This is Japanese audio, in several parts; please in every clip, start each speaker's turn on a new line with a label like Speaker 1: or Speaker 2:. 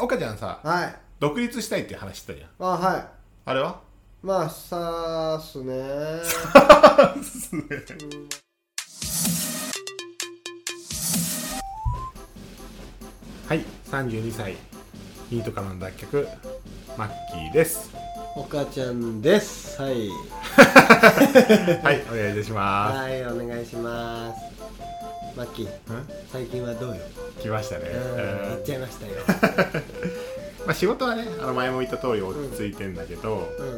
Speaker 1: 岡ちゃんさ
Speaker 2: はい
Speaker 1: 独立したいっていう話してたじゃん
Speaker 2: あは
Speaker 1: あれはい
Speaker 2: まあさーっすねー
Speaker 1: はい32歳ニートからの脱却マッキー です
Speaker 2: 岡ちゃんですはい
Speaker 1: はいお願いいたしま
Speaker 2: はいお願いしますマッキー
Speaker 1: す、ん
Speaker 2: 最近はどうよ
Speaker 1: 来ましたね、
Speaker 2: うん
Speaker 1: うん
Speaker 2: やっちゃいましたよ
Speaker 1: まあ、仕事はねあの前も言った通り落ち着いてんだけど、
Speaker 2: うん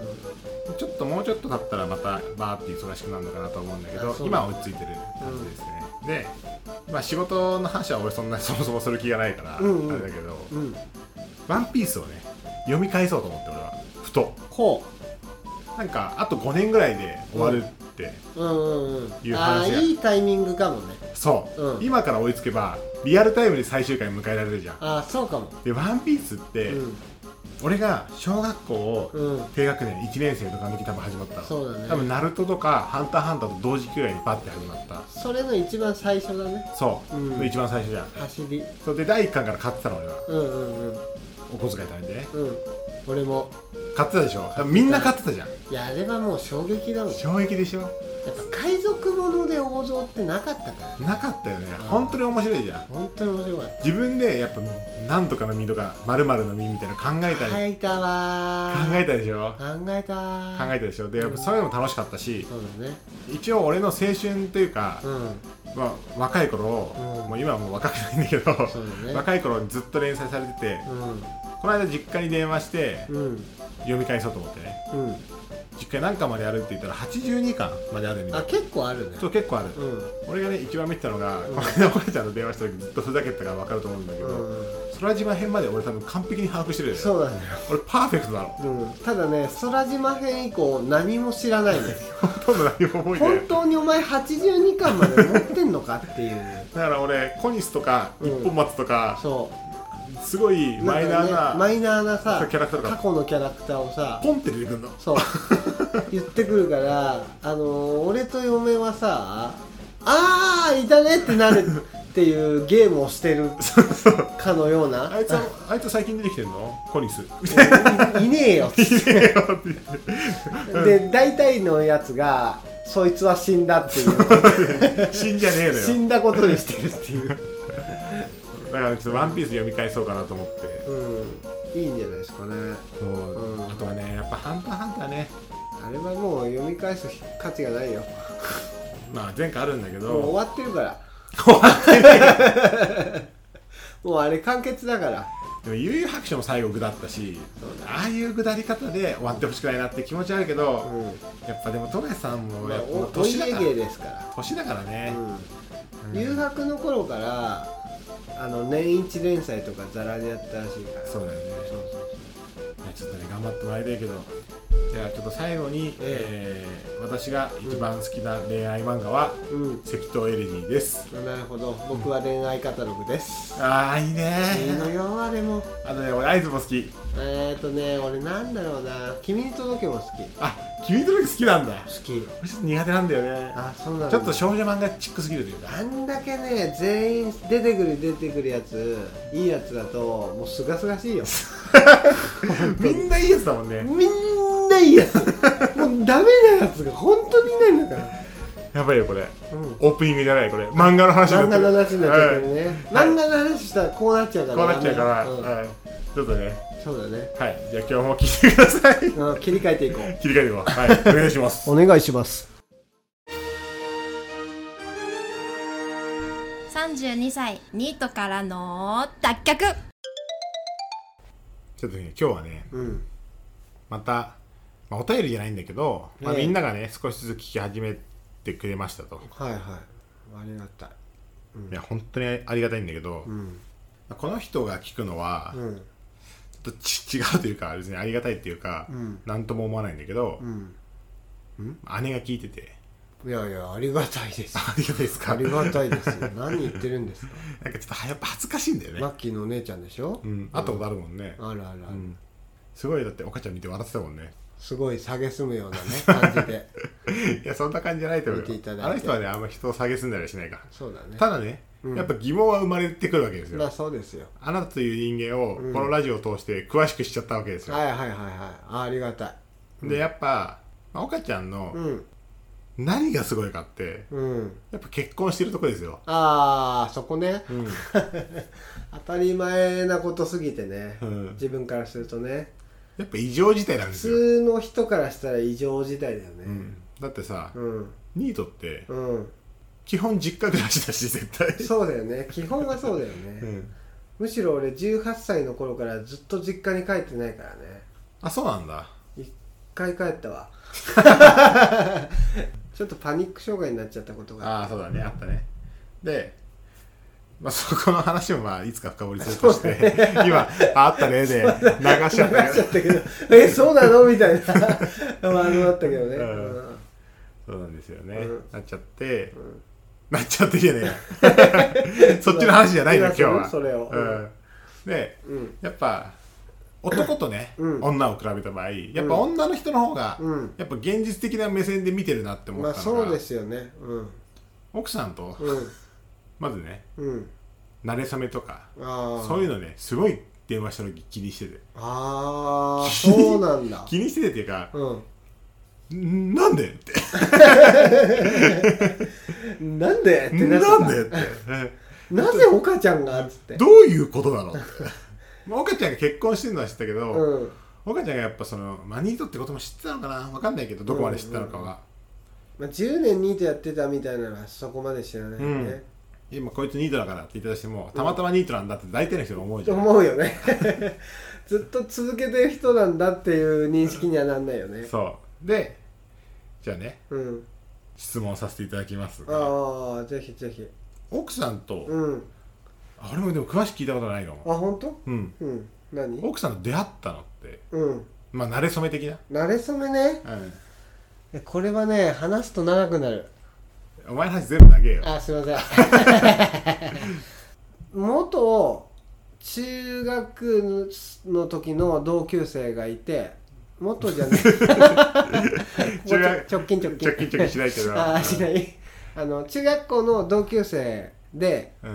Speaker 1: ちょっともうちょっと経ったらまたバーって忙しくなるのかなと思うんだけ
Speaker 2: あ
Speaker 1: ど
Speaker 2: そう
Speaker 1: 今は落ち着いてる感じですね、で、まあ、仕事の話は俺そんなそもそもする気がないから、
Speaker 2: うんうん
Speaker 1: あれだけど「
Speaker 2: うん
Speaker 1: ワンピースをね読み返そうと思って俺はふと
Speaker 2: こ
Speaker 1: なんかあと5年ぐらいで終わるって、
Speaker 2: ううんうんうん
Speaker 1: いう
Speaker 2: ああ
Speaker 1: 話や
Speaker 2: いいタイミングかもね
Speaker 1: そう、
Speaker 2: うん
Speaker 1: 今から追いつけばリアルタイムで最終回迎えられるじゃん
Speaker 2: ああそうかも
Speaker 1: で「ワンピースって、
Speaker 2: うん
Speaker 1: 俺が小学校を
Speaker 2: うん
Speaker 1: 低学年1年生とかの時多分始まったの
Speaker 2: そうだね
Speaker 1: 多分ナルトとかハンターハンターと同時期ぐらいにバッて始まった
Speaker 2: それの一番最初だね
Speaker 1: そう、
Speaker 2: うん
Speaker 1: 一番最初じゃん
Speaker 2: 走り
Speaker 1: それで第1巻から買ってたの俺は
Speaker 2: うんうんうん
Speaker 1: お小遣い貯めてね
Speaker 2: うん俺も
Speaker 1: 買ってたでしょ多分みんな買ってたじゃん
Speaker 2: いやあれはもう衝撃だもんやっ
Speaker 1: 衝撃でしょ
Speaker 2: ぱ海賊もので王像ってなかったから
Speaker 1: なかったよね本当に面白いじゃん
Speaker 2: 本当に面白かった
Speaker 1: 自分でやっぱなんとかの実とか〇〇の実みたいなの考えたり、
Speaker 2: 書いたわ
Speaker 1: 考
Speaker 2: ー
Speaker 1: えたでしょ
Speaker 2: 考えたー
Speaker 1: 考えたでしょでやっぱそういうのも楽しかったし
Speaker 2: そうだね
Speaker 1: 一応俺の青春というか
Speaker 2: う、ん
Speaker 1: まあ、若い頃、
Speaker 2: うん
Speaker 1: もう今はもう若くないんだけど、
Speaker 2: そうだね
Speaker 1: 若い頃にずっと連載されてて、この間実家に電話して
Speaker 2: うんうん
Speaker 1: 読み返そうと思ってね
Speaker 2: うん
Speaker 1: 実家何巻まであるって言ったら82巻まであるみたい
Speaker 2: あ
Speaker 1: な
Speaker 2: 結構あるね
Speaker 1: そう結構ある、
Speaker 2: うん
Speaker 1: 俺がね一番見てたのが、
Speaker 2: う
Speaker 1: こ
Speaker 2: ん
Speaker 1: の間お母ちゃんと電話した時ずっとふざけてたから分かると思うんだけど、
Speaker 2: うん
Speaker 1: 空島編まで俺多分完璧に把握してるよね
Speaker 2: そうだね
Speaker 1: 俺パーフェクトなの
Speaker 2: うんただね空島編以降何も知らない ね
Speaker 1: ほとんど何も覚えてない
Speaker 2: 本当にお前82巻まで持ってんのかっていう
Speaker 1: だから俺コニスとか
Speaker 2: うん
Speaker 1: 一本松とか、
Speaker 2: そう
Speaker 1: すごい
Speaker 2: んか
Speaker 1: マイナー
Speaker 2: ね
Speaker 1: な
Speaker 2: マイナーな
Speaker 1: そ
Speaker 2: さ
Speaker 1: うキャラクターとか
Speaker 2: 過去のキャラクターをさ
Speaker 1: ポンって出てくるの
Speaker 2: そう 言ってくるからあのー俺と嫁はさあーいたねってなるっていうゲームをしてるかのような
Speaker 1: あいつはあいつ最近出てきてんのコニス
Speaker 2: い いねえよで大体のやつがそいつは死んだっていう
Speaker 1: 死んじゃねえの
Speaker 2: 死
Speaker 1: よ
Speaker 2: んだことにして るっていう、
Speaker 1: だからちょっと「ワンピース読み返そうかなと思って
Speaker 2: うん、いいんじゃないですかね
Speaker 1: そう、
Speaker 2: うん
Speaker 1: あとはねやっぱ「ハンターハンターね」
Speaker 2: あれはもう読み返す価値がないよ
Speaker 1: まあ前回あるんだけ
Speaker 2: もう
Speaker 1: ど
Speaker 2: 終わってるから もうあれ完結だから
Speaker 1: でも悠々白書も最後下ったしああいう下り方で終わってほしくないなって気持ちあるけど、
Speaker 2: う
Speaker 1: やっぱでも戸谷さんも
Speaker 2: ま
Speaker 1: や
Speaker 2: あ
Speaker 1: っぱ
Speaker 2: お
Speaker 1: もう
Speaker 2: お
Speaker 1: 年だ
Speaker 2: 家
Speaker 1: から
Speaker 2: 芸ですから、
Speaker 1: 年だからね、
Speaker 2: うん、留学の頃からあの年一連載とかザラにやったらしいから
Speaker 1: そうだよね
Speaker 2: そうそう
Speaker 1: いやちょっとね頑張ってもらいたいけどじゃあちょっと最後に、え
Speaker 2: え
Speaker 1: ー私が一番好きな恋愛漫画は
Speaker 2: そううん
Speaker 1: 「赤頭エレジー」です
Speaker 2: なるほど僕は恋愛カタログです、
Speaker 1: ああいい
Speaker 2: いいの
Speaker 1: ね
Speaker 2: よあれも
Speaker 1: あとね俺合図も好き
Speaker 2: えーとね俺なんだろうな君に届けも好き
Speaker 1: あ君との時好きなんだ
Speaker 2: 好き
Speaker 1: 俺ちょっと苦手なんだよね
Speaker 2: あそうなんだ
Speaker 1: ちょっと少女漫画チックすぎるという か
Speaker 2: あんだけね全員出てくる出てくるやついいやつだともうすがすがしいよ
Speaker 1: みんないいやつだもんね
Speaker 2: みんないいやつ もうダメなやつが本当にいないんだから
Speaker 1: やばいよこれ
Speaker 2: うん
Speaker 1: オープニングじゃないこれ漫画の話
Speaker 2: 漫
Speaker 1: にな
Speaker 2: 画
Speaker 1: って
Speaker 2: の
Speaker 1: る
Speaker 2: 話になっちゃってるね、
Speaker 1: はい
Speaker 2: 漫画の話したらこうなっちゃうから
Speaker 1: こうなっちゃうから、
Speaker 2: ダメだよ
Speaker 1: はい、ちょっとね
Speaker 2: うんそうだね
Speaker 1: はいじゃあ今日も聞いてください
Speaker 2: うん切り替えていこう
Speaker 1: 切り替えていこうはいお願いし ます
Speaker 2: お願いします
Speaker 3: 32歳ニートからの脱却
Speaker 1: ちょっとね今日はね
Speaker 2: うん
Speaker 1: また、まあ、お便りじゃないんだけど、まあ、
Speaker 2: え
Speaker 1: み
Speaker 2: え
Speaker 1: んながね少しずつ聞き始めてくれましたと、
Speaker 2: はいはいありがたい
Speaker 1: いや本当にありがたいんだけど、
Speaker 2: うん
Speaker 1: この人が聞くのは、
Speaker 2: うん
Speaker 1: ちょっとち違うというか別にありがたいっていうか、
Speaker 2: うん
Speaker 1: なんとも思わないんだけど
Speaker 2: う、ん
Speaker 1: 姉が聞いてて
Speaker 2: いやいやありがたいで す
Speaker 1: ありがたいですか
Speaker 2: ありがたいですよ何言ってるんですか
Speaker 1: なんかちょっとはやっぱ恥ずかしいんだよね、
Speaker 2: マッキーのお姉ちゃんでしょ、
Speaker 1: うん、会ったことあるもんね、
Speaker 2: あるあるあ
Speaker 1: う
Speaker 2: る、
Speaker 1: んすごいだってお母ちゃん見て笑ってたもん ね
Speaker 2: すごい蔑むようなね 感じで
Speaker 1: いやそんな感じじゃないと思う
Speaker 2: 見ていただい
Speaker 1: よあの
Speaker 2: て
Speaker 1: 人はねあんま人を下げすんだりはしないから
Speaker 2: そうだね
Speaker 1: ただね、
Speaker 2: うん
Speaker 1: やっぱ疑問は生まれてくるわけですよ、
Speaker 2: まあそうですよ
Speaker 1: あなたという人間を
Speaker 2: うん
Speaker 1: このラジオを通して詳しくしちゃったわけですよ、
Speaker 2: はいはいはいはいあありがたい
Speaker 1: でやっぱ、まあ、岡ちゃんの
Speaker 2: うん
Speaker 1: 何がすごいかって
Speaker 2: うん
Speaker 1: やっぱ結婚してるとこですよ、
Speaker 2: ああそこね
Speaker 1: うん、
Speaker 2: 当たり前なことすぎてね、
Speaker 1: うん
Speaker 2: 自分からするとね
Speaker 1: やっぱ異常事態なんで
Speaker 2: 普
Speaker 1: すよ、
Speaker 2: 通の人からしたら異常事態だよね
Speaker 1: うん、だってさ、
Speaker 2: うん
Speaker 1: ニートって
Speaker 2: うん、
Speaker 1: 基本実家暮らしだし絶対
Speaker 2: そうだよね基本はそうだよね、
Speaker 1: うん
Speaker 2: むしろ俺18歳の頃からずっと実家に帰ってないからね
Speaker 1: あそうなんだ
Speaker 2: 一回帰ったわ ちょっとパニック障害になっちゃったことが
Speaker 1: ああそうだねあったねで、まあ、そこの話もまあいつか深掘りする
Speaker 2: そ
Speaker 1: と
Speaker 2: う
Speaker 1: して、今あったねで流しち ゃった
Speaker 2: 流し
Speaker 1: け
Speaker 2: ち
Speaker 1: ど
Speaker 2: ゃったけ どえそうなのみたいなまああのだったけどね、
Speaker 1: うん
Speaker 2: うん
Speaker 1: そうなんですよね、
Speaker 2: うん
Speaker 1: なっちゃって、
Speaker 2: ん
Speaker 1: なっちゃってじゃねえ よそっちの話じゃないの今日は
Speaker 2: それを
Speaker 1: うん、で
Speaker 2: うん
Speaker 1: やっぱ男とね、
Speaker 2: うん
Speaker 1: 女を比べた場合やっぱ女の人の方が、
Speaker 2: うん
Speaker 1: やっぱ現実的な目線で見てるなって思
Speaker 2: ま
Speaker 1: っ
Speaker 2: あ
Speaker 1: たのが、
Speaker 2: そうですよねうん
Speaker 1: 奥さんと
Speaker 2: うん
Speaker 1: まずね
Speaker 2: うん
Speaker 1: 慣れ初めとか
Speaker 2: ああ
Speaker 1: そういうのねすごい電話した時気にしてて
Speaker 2: あ あそうなんだ
Speaker 1: 気にしててっていうか
Speaker 2: うん
Speaker 1: んなんでって
Speaker 2: なんでってなっちゃ
Speaker 1: な
Speaker 2: った
Speaker 1: んでって
Speaker 2: なぜ岡ちゃんがっつって
Speaker 1: どういうことなのっ てまあ岡ちゃんが結婚してるのは知ったけど、
Speaker 2: うん
Speaker 1: 岡ちゃんがやっぱそのマニートってことも知ってたのかなわかんないけどどこまで知ってたのかは、
Speaker 2: まあ、10年ニートやってたみたいなのはそこまで知らないよね、
Speaker 1: 今こいつニートだからって言ったとしてもたまたまニートなんだって大体の人が思うじゃん、
Speaker 2: 思うよね ずっと続けてる人なんだっていう認識にはなんないよね
Speaker 1: そうでじゃあね
Speaker 2: うん
Speaker 1: 質問させていただきます
Speaker 2: ああぜひぜひ
Speaker 1: 奥さんと、
Speaker 2: うん
Speaker 1: あれもでも詳しく聞いたことないかも
Speaker 2: あ本当？
Speaker 1: うん
Speaker 2: うん何
Speaker 1: 奥さんと出会ったのって
Speaker 2: うん
Speaker 1: まあ慣れ初め的な、
Speaker 2: 慣れ初めねえこれはね話すと長くなる
Speaker 1: お前の話全部投げよ
Speaker 2: あすいません 元中学の時の同級生がいて元じゃない
Speaker 1: 中学
Speaker 2: 直近直近
Speaker 1: 直近直近しないけど
Speaker 2: あーしないあの中学校の同級生で
Speaker 1: う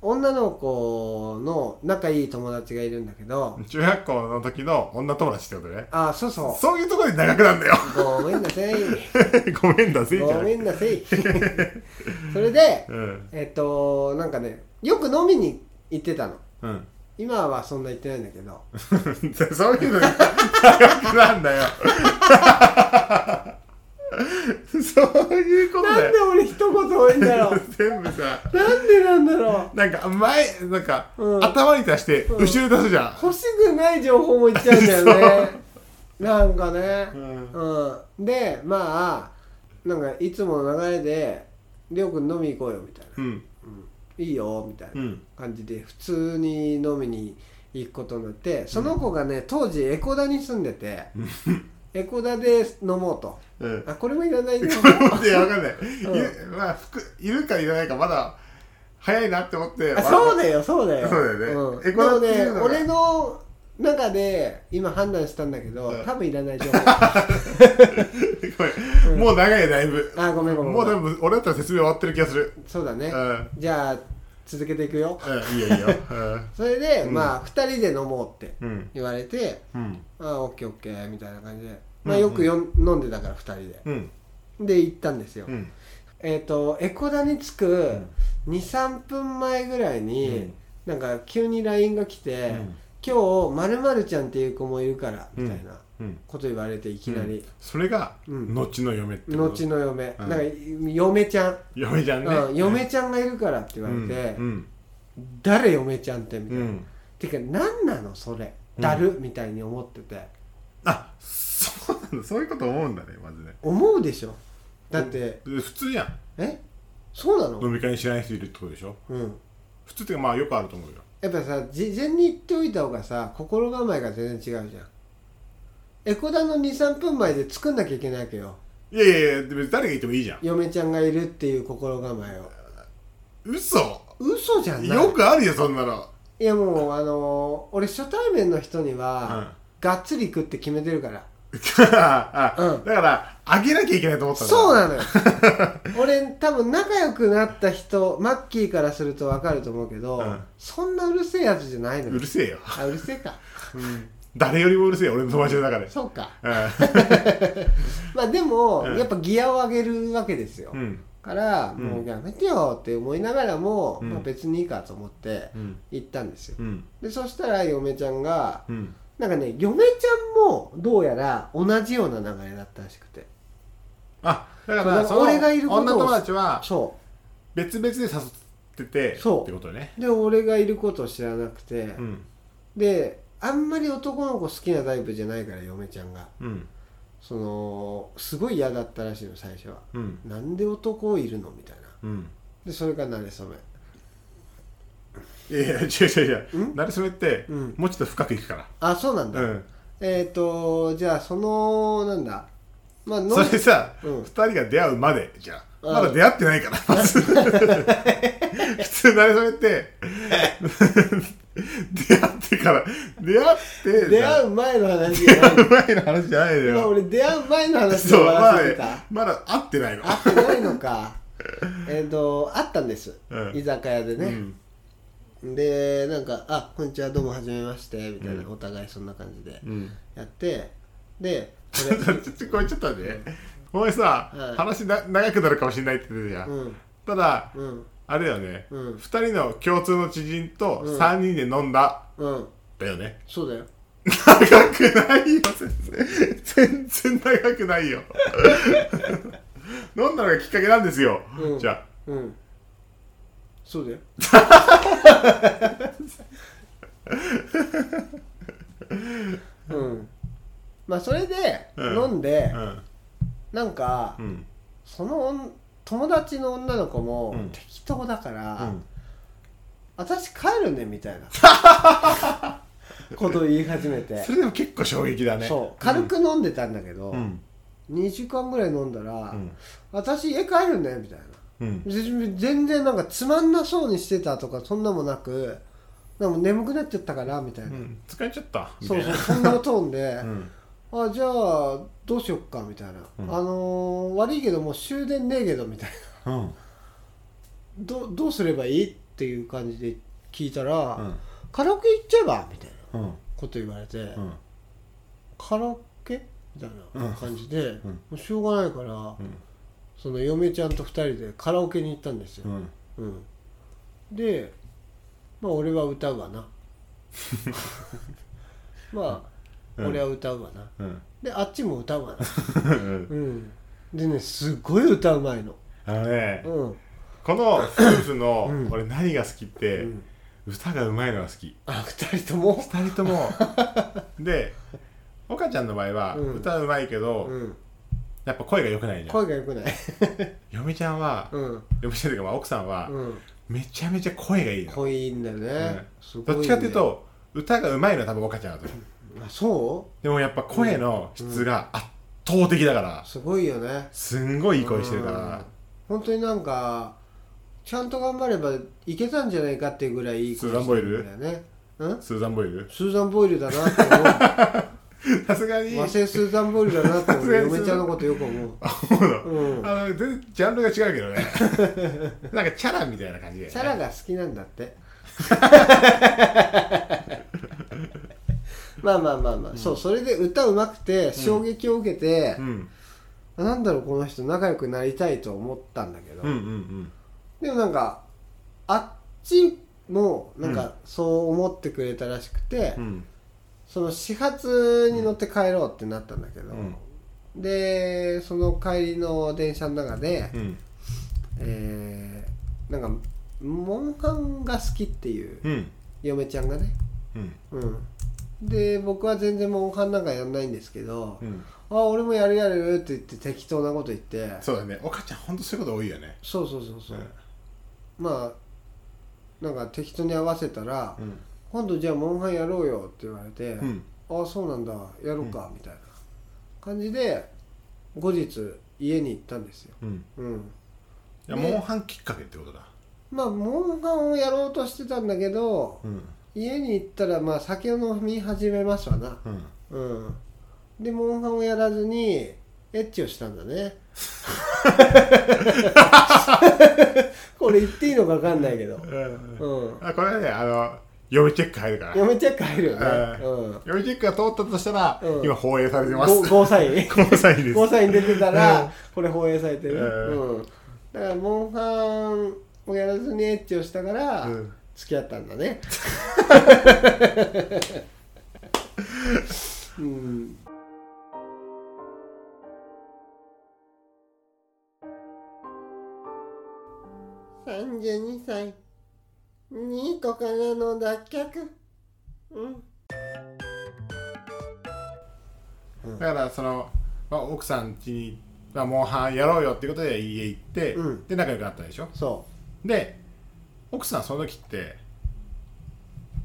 Speaker 2: 女の子の仲いい友達がいるんだけど
Speaker 1: ん、中学校の時の女友達ってことね
Speaker 2: あーそうそ
Speaker 1: そういうところで長くなんだよ
Speaker 2: うごめんなさい
Speaker 1: ごめんだぜじゃ
Speaker 2: ご
Speaker 1: な
Speaker 2: め
Speaker 1: い
Speaker 2: んなさ いそれで
Speaker 1: うん
Speaker 2: えっとなんかねよく飲みに行ってたの
Speaker 1: うん
Speaker 2: 今はそんな言ってないんだけど
Speaker 1: そういうのが長くなんだよ そういうことだ
Speaker 2: なんで
Speaker 1: よ
Speaker 2: 俺一言多いんだろう
Speaker 1: 全部さ
Speaker 2: なんでなんだろう
Speaker 1: なんか前なんか、
Speaker 2: うん
Speaker 1: 頭に出して後
Speaker 2: ん
Speaker 1: ろに出すじゃん、
Speaker 2: 欲しくない情報も言っちゃうんだ よねなんかね
Speaker 1: うん
Speaker 2: うんでまあなんかいつもの流れで「りょうくん飲み行こうよ」みたいな
Speaker 1: うん
Speaker 2: 「いいよ」みたい
Speaker 1: うん
Speaker 2: な感じで普通に飲みに行くことになってその子がね当時エコダに住んでてエコダで飲もうと
Speaker 1: うん
Speaker 2: あこれもいら ないね
Speaker 1: いやわかんない、
Speaker 2: ん
Speaker 1: いるまあ服いるかいらないかまだ早いなって思 って
Speaker 2: あそう
Speaker 1: ね
Speaker 2: だよそうだよ
Speaker 1: そうだよね
Speaker 2: うん、
Speaker 1: エ
Speaker 2: エ
Speaker 1: コ
Speaker 2: コ
Speaker 1: ダ
Speaker 2: ダ
Speaker 1: ってい
Speaker 2: で
Speaker 1: うの
Speaker 2: もね
Speaker 1: が
Speaker 2: 俺の中で今判断したんだけど、
Speaker 1: うん
Speaker 2: 多分いらない情 報
Speaker 1: ごめんもう長いよだいぶ
Speaker 2: あごめんごめん
Speaker 1: も
Speaker 2: ご
Speaker 1: う
Speaker 2: め
Speaker 1: 多
Speaker 2: ん
Speaker 1: 分俺だったら説明終わってる気がする
Speaker 2: そうだ
Speaker 1: う
Speaker 2: ね、
Speaker 1: んうん
Speaker 2: じゃあ続けていくよ
Speaker 1: いいよいいようん
Speaker 2: それで、
Speaker 1: うん
Speaker 2: まあ2人で飲もうって
Speaker 1: うん
Speaker 2: 言われて
Speaker 1: うん
Speaker 2: ああオッケーオッケーみたいな感じで、まあ、
Speaker 1: うんうん
Speaker 2: よくよん、飲んでたから2人で
Speaker 1: うん
Speaker 2: で行ったんですよ、
Speaker 1: うん
Speaker 2: えっ、とエコダに着く23分前ぐらいに、
Speaker 1: うん
Speaker 2: なんか急に LINE が来て「
Speaker 1: うん
Speaker 2: 今日まるまるちゃんっていう子もいるから」みたいな、
Speaker 1: うん
Speaker 2: こと言われていきなり、
Speaker 1: それが
Speaker 2: うん
Speaker 1: 後の嫁ってこと
Speaker 2: 後の嫁、
Speaker 1: うん
Speaker 2: なんか嫁ちゃん、
Speaker 1: 嫁じゃんね
Speaker 2: うん、嫁ちゃんがいるからって言われて、
Speaker 1: うん
Speaker 2: 誰嫁ちゃんってみた
Speaker 1: う
Speaker 2: い
Speaker 1: ん
Speaker 2: な、
Speaker 1: うん
Speaker 2: てか何なのそれ
Speaker 1: うん
Speaker 2: だる、みたいに思ってて
Speaker 1: あそうなんだそういうこと思うんだねまずね
Speaker 2: 思うでしょだって、
Speaker 1: で普通じゃん
Speaker 2: えそうなの
Speaker 1: 飲み会に知らない人いるってことでしょ
Speaker 2: うん
Speaker 1: 普通っていうかまあよくあると思うよ
Speaker 2: やっぱさ事前に言っておいた方がさ心構えが全然違うじゃんエコダの23分前で作んなきゃいけないわけよ
Speaker 1: いやいやいや別に誰がいてもいいじゃん
Speaker 2: 嫁ちゃんがいるっていう心構えを
Speaker 1: 嘘
Speaker 2: 嘘じゃない
Speaker 1: よくあるよそんなの
Speaker 2: いやもうあのー俺初対面の人に
Speaker 1: う
Speaker 2: は、
Speaker 1: ん
Speaker 2: がっつり行くって決めてるから
Speaker 1: あ
Speaker 2: うん
Speaker 1: だから、あげなきゃいけないと思ったんだ
Speaker 2: そうなのよ 俺多分仲良くなった人マッキーからすると分かると思うけど、
Speaker 1: うん
Speaker 2: そんなうるせえやつじゃないのよ
Speaker 1: うるせえよ。
Speaker 2: あうるせえか
Speaker 1: 誰よりもうるせえよ、俺の友達の中 で。
Speaker 2: そうか
Speaker 1: う
Speaker 2: まあでも、
Speaker 1: うん
Speaker 2: やっぱギアを上げるわけですよ、
Speaker 1: ん。うん
Speaker 2: から、
Speaker 1: ん
Speaker 2: もうやめてよって思いながらも、
Speaker 1: うん
Speaker 2: まあ、別にいいかと思って
Speaker 1: うん。
Speaker 2: 行ったんですよ、
Speaker 1: うん。
Speaker 2: でそしたら嫁ちゃんが
Speaker 1: うん。
Speaker 2: なんかね嫁ちゃんもどうやら同じような流れだったらしくて
Speaker 1: あ、だ
Speaker 2: そう
Speaker 1: か、
Speaker 2: だからら
Speaker 1: その
Speaker 2: 俺がいることを
Speaker 1: 女友達は、
Speaker 2: そ
Speaker 1: 別々で誘ってて、
Speaker 2: そう
Speaker 1: ってことね。
Speaker 2: うで俺がいることを知らなくて、
Speaker 1: うん。
Speaker 2: であんまり男の子好きなタイプじゃないから嫁ちゃんが
Speaker 1: うん。
Speaker 2: そのすごい嫌だったらしいの最初は
Speaker 1: うん。
Speaker 2: なんで男いるのみたいな
Speaker 1: うん。
Speaker 2: でそれが馴れ初め
Speaker 1: いやいや、違う違う違う。
Speaker 2: ん
Speaker 1: なれそめって、
Speaker 2: うん
Speaker 1: もうちょっと深くいくか
Speaker 2: あそうなんだ、
Speaker 1: ら。うん。
Speaker 2: えっ、ー、とじゃあそのなんだまあの
Speaker 1: それさ、
Speaker 2: う
Speaker 1: 二
Speaker 2: ん
Speaker 1: 人が出会うまでじゃあ
Speaker 2: うん
Speaker 1: まだ出会ってないからま ず普通なれそめって出会ってから出会って
Speaker 2: 出会
Speaker 1: う
Speaker 2: う前の話じゃない
Speaker 1: 前の話じゃないの
Speaker 2: まあ
Speaker 1: よ
Speaker 2: 俺出会う前の話で
Speaker 1: そう
Speaker 2: 終
Speaker 1: ま
Speaker 2: わら
Speaker 1: だ
Speaker 2: せ
Speaker 1: ね
Speaker 2: てた、
Speaker 1: まだ会ってないの
Speaker 2: あってないのかえっとあったんです、
Speaker 1: うん
Speaker 2: 居酒屋で
Speaker 1: う
Speaker 2: ね、
Speaker 1: ん
Speaker 2: でなんか「あこんにちはどうもはじめまして」みたいな、
Speaker 1: うん
Speaker 2: お互いそんな感じで
Speaker 1: うん
Speaker 2: やって で
Speaker 1: ちょっとちょっとこれちょっと待ってお前さ
Speaker 2: うん
Speaker 1: 話な長くなるかもしれないって言ってたじゃ
Speaker 2: うんん
Speaker 1: ただ
Speaker 2: うん
Speaker 1: あれだよね
Speaker 2: うん
Speaker 1: 二人の共通の知人と
Speaker 2: うん
Speaker 1: 三人で飲んだ
Speaker 2: うん
Speaker 1: だよね
Speaker 2: そうだよ
Speaker 1: 長くないよ全然全然長くないよ 飲んだのがきっかけなんですよ、
Speaker 2: うん
Speaker 1: じゃ
Speaker 2: うんそ うだようんまあそれで
Speaker 1: うん
Speaker 2: 飲んで、
Speaker 1: あ
Speaker 2: なんか
Speaker 1: うんうん
Speaker 2: その女友達の女の子も
Speaker 1: うん
Speaker 2: 適当だから、
Speaker 1: うん
Speaker 2: 私帰るねみたいな ことを言い始めて
Speaker 1: それでも結構衝撃だね
Speaker 2: そう軽く飲んでたんだけど、
Speaker 1: うん
Speaker 2: 2時間ぐらい飲んだら、
Speaker 1: うん
Speaker 2: 私家帰るねみたいな
Speaker 1: うん
Speaker 2: 全全然なんかつまんなそうにしてたとかそんなもなくなんかもう眠くなっちゃったからみたいな、
Speaker 1: うん疲れちゃったみた
Speaker 2: そ
Speaker 1: いうな
Speaker 2: そうそんなトーンで、
Speaker 1: うん
Speaker 2: あじゃあどうしよっかみたいな、
Speaker 1: うん
Speaker 2: あのー悪いけどもう終電ねえけどみたいな
Speaker 1: うん
Speaker 2: どどうすればいいっていう感じで聞いたら、
Speaker 1: うん
Speaker 2: カラオケ行っちゃえばみたいな
Speaker 1: うん
Speaker 2: こと言われて、
Speaker 1: うん
Speaker 2: カラオケみたいな感じで、
Speaker 1: うん
Speaker 2: もうしょうがないから、その嫁ちゃんと2人でカラオケに行ったんですよ、
Speaker 1: うん
Speaker 2: うん、でまあ俺は歌うわ なまあ、
Speaker 1: うん
Speaker 2: 俺は歌うわな
Speaker 1: うん
Speaker 2: であっちも歌うわな、
Speaker 1: うん
Speaker 2: うん、でねすごい歌うまいの
Speaker 1: あのね
Speaker 2: うん
Speaker 1: この夫婦の
Speaker 2: うん
Speaker 1: 俺何が好きって
Speaker 2: うん
Speaker 1: 歌がうまいのが好き
Speaker 2: あ二人とも
Speaker 1: 二人と もで岡ちゃんの場合は
Speaker 2: うん
Speaker 1: 歌うまいけど、
Speaker 2: うん
Speaker 1: やっぱ声が良くないじゃん
Speaker 2: 声が良くない
Speaker 1: 嫁ちゃんは、
Speaker 2: うん
Speaker 1: 嫁ちゃんというかまあ奥さんは、
Speaker 2: うん
Speaker 1: めちゃめちゃ声がいいの、
Speaker 2: 濃いんだよね、
Speaker 1: うん
Speaker 2: すごい
Speaker 1: ど
Speaker 2: ね
Speaker 1: っちかっていうと歌がうまいのは多分岡ちゃんだと思う
Speaker 2: あそ
Speaker 1: でもやっぱ声の質が圧倒的だから
Speaker 2: う、すごいよね
Speaker 1: すんごいいい声してるか
Speaker 2: うん
Speaker 1: ら、
Speaker 2: 本当になんかちゃんと頑張ればいけたんじゃないかっていうぐらいいい声
Speaker 1: スーザンボイル
Speaker 2: してるんだよねうん
Speaker 1: スーザン・ボイ ル
Speaker 2: スーザン・ボイルだなって思
Speaker 1: さすがに
Speaker 2: う和製スーザン・ボイルだなって
Speaker 1: さ
Speaker 2: 思う
Speaker 1: すがに
Speaker 2: 嫁ちゃんのことよく 思う
Speaker 1: そうなの
Speaker 2: うん
Speaker 1: あの全然ジャンルが違うけどね なんかチャラみたいな感じで、ね、
Speaker 2: チャラが好きなんだって まあまあまあまあ、そうそれで歌うまくて衝撃を受けて
Speaker 1: う、ん
Speaker 2: あなんだろうこの人仲良くなりたいと思ったんだけど、
Speaker 1: うんうん
Speaker 2: でもなんかあっちもなんかそう思ってくれたらしくて、
Speaker 1: うんうん
Speaker 2: その始発に乗って帰ろうってなったんだけど、
Speaker 1: うん
Speaker 2: でその帰りの電車の中で、
Speaker 1: うん
Speaker 2: えーなんかモンハンが好きっていう
Speaker 1: うん
Speaker 2: 嫁ちゃんがね、
Speaker 1: うん
Speaker 2: うん、で僕は全然モンハンなんかやんないんですけど、
Speaker 1: うん
Speaker 2: あ俺もやるやるって言って適当なこと言って
Speaker 1: そうだね岡ちゃんほんとそういうこと多いよね
Speaker 2: そうそうそうそう、
Speaker 1: うん
Speaker 2: まあなんか適当に合わせたら、
Speaker 1: うん
Speaker 2: 今度じゃあモンハンやろうよって言われて、
Speaker 1: うん
Speaker 2: ああそうなんだやろうか、みたいな感じで後日家に行ったんですよ、
Speaker 1: うん
Speaker 2: うん、
Speaker 1: いや
Speaker 2: ね
Speaker 1: モンハンきっかけってことだ
Speaker 2: まあモンハンをやろうとしてたんだけど
Speaker 1: うん
Speaker 2: 家に行ったらまあ酒を飲み始めますわな
Speaker 1: うん
Speaker 2: うんでモンハンをやらずにエッチをしたんだね これ言っていいのか分かんないけど
Speaker 1: うん
Speaker 2: うん
Speaker 1: あこれはねあの嫁チェック入るから
Speaker 2: やめて帰るよね
Speaker 1: うん嫁チェックが通ったとしたら、
Speaker 2: うん
Speaker 1: 今放映されて
Speaker 2: うん
Speaker 1: ます
Speaker 2: ゴゴーサイン
Speaker 1: 交際です
Speaker 2: ゴーサイン出てた
Speaker 1: う
Speaker 2: ら
Speaker 1: ん
Speaker 2: これ放映されてる、
Speaker 1: うん
Speaker 2: うん、だからモンハンをやらずにエッチをしたから
Speaker 1: うん
Speaker 2: 付き合ったんだ ねうん32歳ニ個からの脱却うん
Speaker 1: だからその、まあ、奥さん家に、まあ、モンハンやろうよってことで家行って、
Speaker 2: うん
Speaker 1: で仲良くなったでしょ
Speaker 2: そ
Speaker 1: で奥さんその時って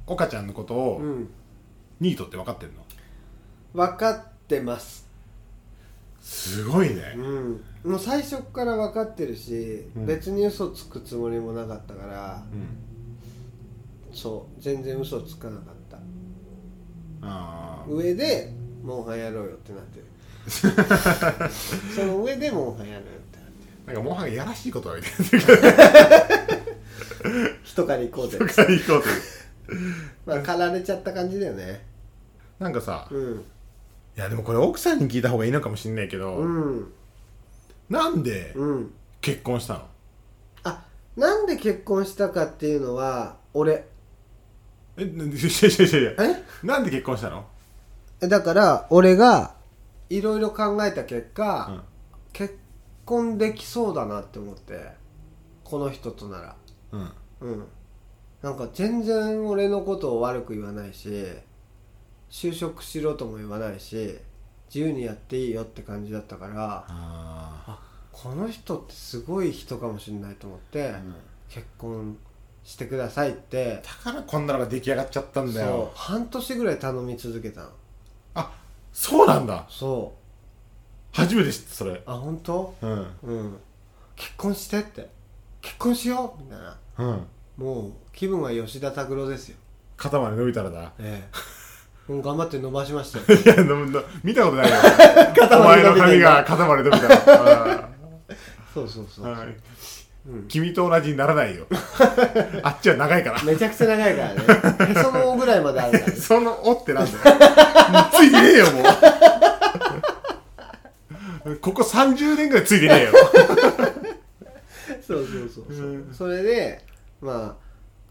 Speaker 1: 岡ちゃんのこと
Speaker 2: う、
Speaker 1: を
Speaker 2: うん、
Speaker 1: ニートって分かってるの
Speaker 2: 分かってます
Speaker 1: すごいね
Speaker 2: うん、もう最初から分かってるし、
Speaker 1: うん
Speaker 2: 別に嘘つくつもりもなかったから
Speaker 1: うん
Speaker 2: そう全然嘘つかなかった
Speaker 1: あー
Speaker 2: 上でモンハンやろうよってなってる その上でモンハンやろうよってなって
Speaker 1: なんかモンハンがやらしいことが言ってる
Speaker 2: る人から行こうぜ
Speaker 1: から行 こうという
Speaker 2: まあ駆られちゃった感じだよね
Speaker 1: なんかさ
Speaker 2: うん
Speaker 1: いやでもこれ奥さんに聞いた方がいいのかもしんないけど、
Speaker 2: うん
Speaker 1: なんで
Speaker 2: うん
Speaker 1: 結婚したの
Speaker 2: あなんで結婚したかっていうのは俺
Speaker 1: えない やいやいやいや
Speaker 2: え
Speaker 1: なんで結婚したの、
Speaker 2: だから俺がいろいろ考えた結果、
Speaker 1: うん
Speaker 2: 結婚できそうだなって思ってこの人となら
Speaker 1: うん、
Speaker 2: うんなんか全然俺のことを悪く言わないし就職しろとも言わないし自由にやっていいよって感じだったから
Speaker 1: あ
Speaker 2: この人ってすごい人かもしれないと思って、
Speaker 1: あ、
Speaker 2: 結婚してくださいって
Speaker 1: だからこんなのが出来上がっちゃったんだ
Speaker 2: そ
Speaker 1: よ
Speaker 2: う半年ぐらい頼み続けたの
Speaker 1: あそうなんだ
Speaker 2: そ
Speaker 1: 初めて知ったそれ
Speaker 2: うあ本当
Speaker 1: うん
Speaker 2: うん結婚してって結婚しようみたいな
Speaker 1: うん
Speaker 2: もう気分は吉田拓郎ですよ
Speaker 1: 肩まで伸びたらだ
Speaker 2: ええ もう頑張って伸ばしましたよ
Speaker 1: いやのの見たことないよお
Speaker 2: 肩ま
Speaker 1: 前
Speaker 2: で伸
Speaker 1: の
Speaker 2: び
Speaker 1: 髪
Speaker 2: てんだ
Speaker 1: が肩まで伸びたら
Speaker 2: そうそう そうう、
Speaker 1: んはい
Speaker 2: うん、
Speaker 1: 君と同じにならない よあっちは長いから
Speaker 2: めちゃくちゃ長いからね へその緒ぐらいまであるから ね
Speaker 1: その「お」ってなんだよついてねえよもう ここ30年ぐらいついてねえよ
Speaker 2: そうそうそう
Speaker 1: う
Speaker 2: そう、
Speaker 1: ん
Speaker 2: それでまあ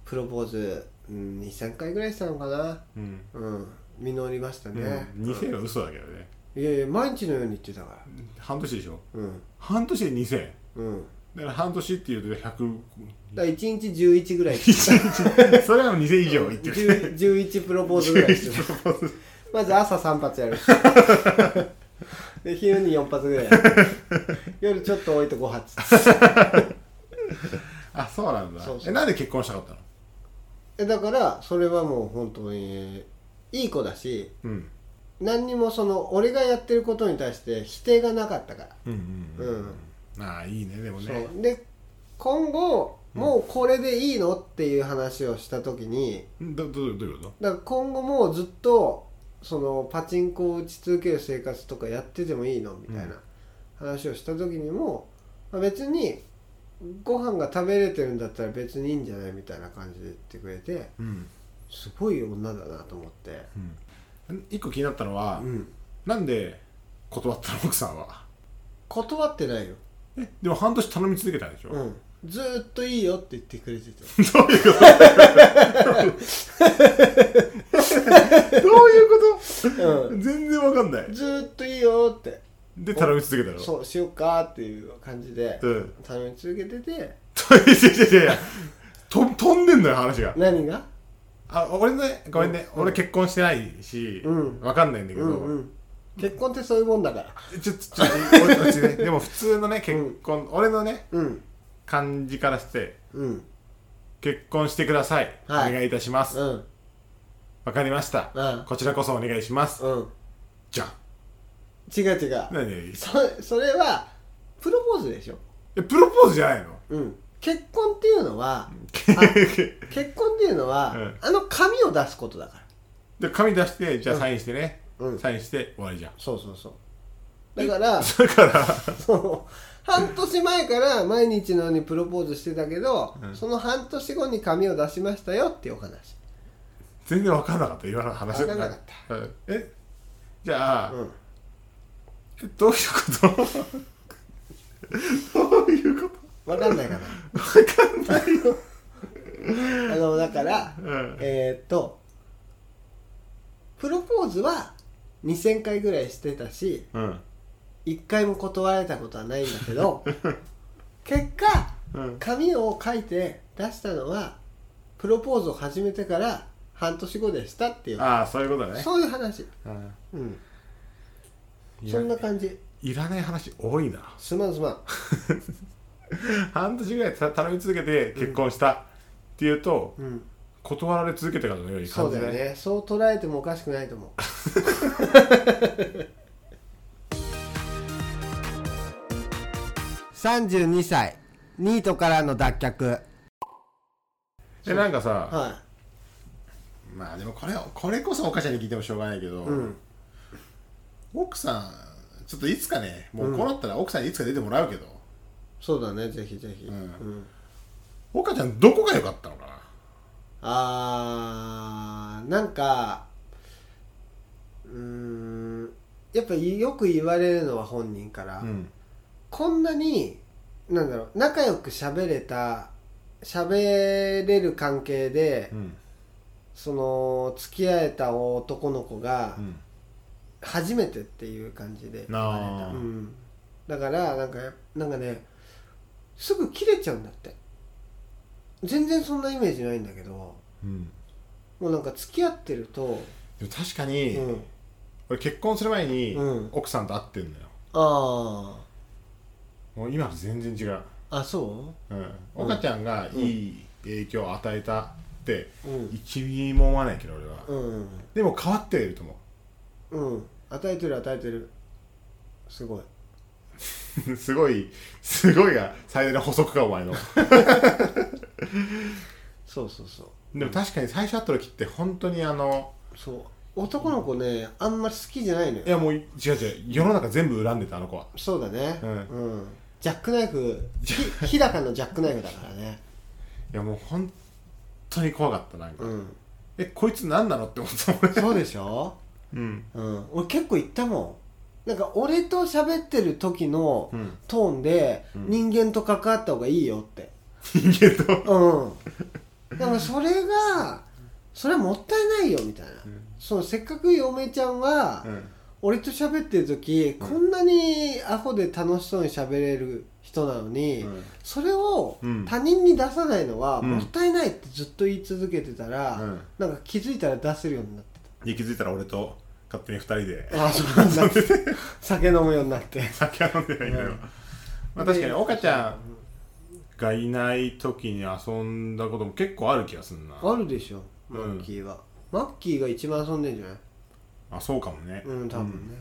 Speaker 2: プロポーズ、うん、23回ぐらいしたのかな
Speaker 1: うん、
Speaker 2: うん実りました
Speaker 1: うん
Speaker 2: ね、
Speaker 1: 2000は嘘だけどね
Speaker 2: いやいや毎日のように言ってたから
Speaker 1: 半年でしょ
Speaker 2: うん
Speaker 1: 半年で2000
Speaker 2: うん
Speaker 1: だから半年っていうと100
Speaker 2: だから1日11ぐら い
Speaker 1: それはもう2000以上いってる
Speaker 2: 10 11プロポーズぐらいしてたまず朝3発やるで昼に4発ぐらいやる夜ちょっと多いと5発
Speaker 1: あそうなんだ
Speaker 2: そうそう
Speaker 1: えなんで結婚したかったの
Speaker 2: えだからそれはもう本当にいい子だし
Speaker 1: うん
Speaker 2: 何にもその俺がやってることに対して否定がなかったから、
Speaker 1: うん
Speaker 2: うん
Speaker 1: ああいいねでもね
Speaker 2: そうで今後もうこれでいいのっていう話をした時に
Speaker 1: どどどういうこと
Speaker 2: だから今後もうずっとそのパチンコを打ち続ける生活とかやっててもいいのみたいな話をした時にも、まあ別にご飯が食べれてるんだったら別にいいんじゃないみたいな感じで言ってくれて
Speaker 1: うん
Speaker 2: すごい女だなと思って。
Speaker 1: うん一個気になったのは、
Speaker 2: うん
Speaker 1: なんで断ったの奥さんは
Speaker 2: 断ってないよ、
Speaker 1: えでも半年頼み続けたでしょ、
Speaker 2: うん、ずーっといいよって言ってくれてて
Speaker 1: どういうこ
Speaker 2: う
Speaker 1: と
Speaker 2: ん
Speaker 1: 全然わかんない
Speaker 2: ずーっといいよって
Speaker 1: で頼み続けたの
Speaker 2: そうしようかっていう感じで
Speaker 1: うん
Speaker 2: 頼み続けてて
Speaker 1: いやいやいやいやと飛んでんのよ話が
Speaker 2: 何が
Speaker 1: あ俺ねごめんね、
Speaker 2: うん
Speaker 1: 俺結婚してないし、
Speaker 2: うん
Speaker 1: わかんないんだけ
Speaker 2: う
Speaker 1: ど、
Speaker 2: んうん結婚ってそういうもんだから
Speaker 1: ちょっとちょっと俺たちねで も普通のね結婚、俺のね
Speaker 2: うん
Speaker 1: 感じからして
Speaker 2: うん
Speaker 1: 結婚してください、
Speaker 2: はい
Speaker 1: お願いいたします
Speaker 2: う
Speaker 1: わ、
Speaker 2: ん
Speaker 1: かりました、
Speaker 2: うん
Speaker 1: こちらこそお願いします、
Speaker 2: うん
Speaker 1: じゃん
Speaker 2: 違う違う
Speaker 1: 何何
Speaker 2: そそれはプロポーズでしょ
Speaker 1: えプロポーズじゃないの
Speaker 2: うん結婚っていうのはあ結婚っていうのは、
Speaker 1: うん
Speaker 2: あの紙を出すことだから
Speaker 1: で紙出してじゃあサインしてね、
Speaker 2: うん
Speaker 1: サインして終わりじゃん
Speaker 2: そうそうそうだから
Speaker 1: だから
Speaker 2: そう半年前から毎日のようにプロポーズしてたけど、
Speaker 1: うん
Speaker 2: その半年後に紙を出しましたよっていうお話
Speaker 1: 全然分かんなかった今の話
Speaker 2: 分かんなかっ
Speaker 1: うんえじゃあ、
Speaker 2: うん
Speaker 1: えどういうことどういうこ
Speaker 2: 分かん ないかな分かんない よあのだから
Speaker 1: とうん
Speaker 2: えーっとプロポーズは2000回ぐらいしてたし
Speaker 1: うん
Speaker 2: 1回も断られたことはないんだ けど結果
Speaker 1: うん
Speaker 2: 紙を書いて出したのはプロポーズを始めてから半年後でしたっていう
Speaker 1: ああそういうことね
Speaker 2: そういう話
Speaker 1: うん
Speaker 2: うん
Speaker 1: い
Speaker 2: そ
Speaker 1: ら
Speaker 2: んな感じ
Speaker 1: いらない話多いな
Speaker 2: すまんすまん
Speaker 1: 半年ぐらいた頼み続けて結婚したっていうと、
Speaker 2: うん
Speaker 1: 断られ続けてからのように
Speaker 2: そ
Speaker 1: 感
Speaker 2: う
Speaker 1: じ
Speaker 2: だよねそう捉えてもおかしくないと思う32歳ニートからの脱却
Speaker 1: えなんかさ
Speaker 2: は
Speaker 1: まあでもこれこれこそお母ちゃんに聞いてもしょうがないけど、
Speaker 2: いうん
Speaker 1: 奥さんちょっといつかねもうこうなったら奥さんにいつか出てもらうけど、
Speaker 2: そうだねぜひぜひ、
Speaker 1: うん
Speaker 2: うん
Speaker 1: お母ちゃんどこが良かったのかな
Speaker 2: あーなんかうーんやっぱよく言われるのは本人から、
Speaker 1: ん
Speaker 2: こんなになんだろう仲良く喋れた喋れる関係で、
Speaker 1: うん
Speaker 2: その付き合えた男の子が
Speaker 1: うん
Speaker 2: 初めてっていう感じで言われた、
Speaker 1: あー
Speaker 2: うん、だからなんかなんかねすぐ切れちゃうんだって全然そんなイメージないんだけども
Speaker 1: うん
Speaker 2: うなんか付き合ってると、
Speaker 1: でも確か
Speaker 2: う
Speaker 1: に、
Speaker 2: ん、
Speaker 1: 俺結婚する前に、
Speaker 2: うん
Speaker 1: 奥さんと会ってんのよ
Speaker 2: あ
Speaker 1: もう今と全然違う、
Speaker 2: ああそ
Speaker 1: うん、お母ちゃんがいい影響を与えたって、
Speaker 2: ううん
Speaker 1: 一ミリも思わないけど俺は、
Speaker 2: うん
Speaker 1: でも変わってはいると思
Speaker 2: うん与えてる与えてるすごい う
Speaker 1: すごいすごいが最大の補足かお前の
Speaker 2: そうそうそう
Speaker 1: でも確かに最初会った時って本当にあの
Speaker 2: そう男の子ねあんまり好きじゃないの
Speaker 1: い
Speaker 2: よ
Speaker 1: やもう違う違う世の中全部恨んでたあの子は
Speaker 2: そうだね
Speaker 1: う
Speaker 2: うんん、ジャックナイフ ひ日高のジャックナイフだからね
Speaker 1: いやもう本当に怖かったなんか、
Speaker 2: うん
Speaker 1: えこいつ何なのって思った俺
Speaker 2: そうでしょ
Speaker 1: うん
Speaker 2: うん俺結構言ったもんなんか俺と喋ってる時の
Speaker 1: うん
Speaker 2: トーンで人間と関わった方がいいよって
Speaker 1: 人間と
Speaker 2: うんでもそれがそれはもったいないよみたいな、そのせっかく嫁ちゃんは、
Speaker 1: うん
Speaker 2: 俺と喋ってる時、こんなにアホで楽しそうに喋れる人なのに、
Speaker 1: うん
Speaker 2: それを
Speaker 1: うん
Speaker 2: 他人に出さないのは
Speaker 1: うん
Speaker 2: もったいないってずっと言い続けてたら、
Speaker 1: うん
Speaker 2: なんか気づいたら出せるようになって
Speaker 1: で気づいたら俺と勝手に二人で
Speaker 2: たああそうなんだ 酒飲むようになって
Speaker 1: 酒は飲んでないけど、
Speaker 2: うん
Speaker 1: まあ確かに岡ちゃんがいない時に遊んだことも結構ある気がするな
Speaker 2: あるでしょ
Speaker 1: うん
Speaker 2: マッキーは、マッキーが一番遊んでんじゃない
Speaker 1: あそうかもね
Speaker 2: う
Speaker 1: い
Speaker 2: ん多分ね、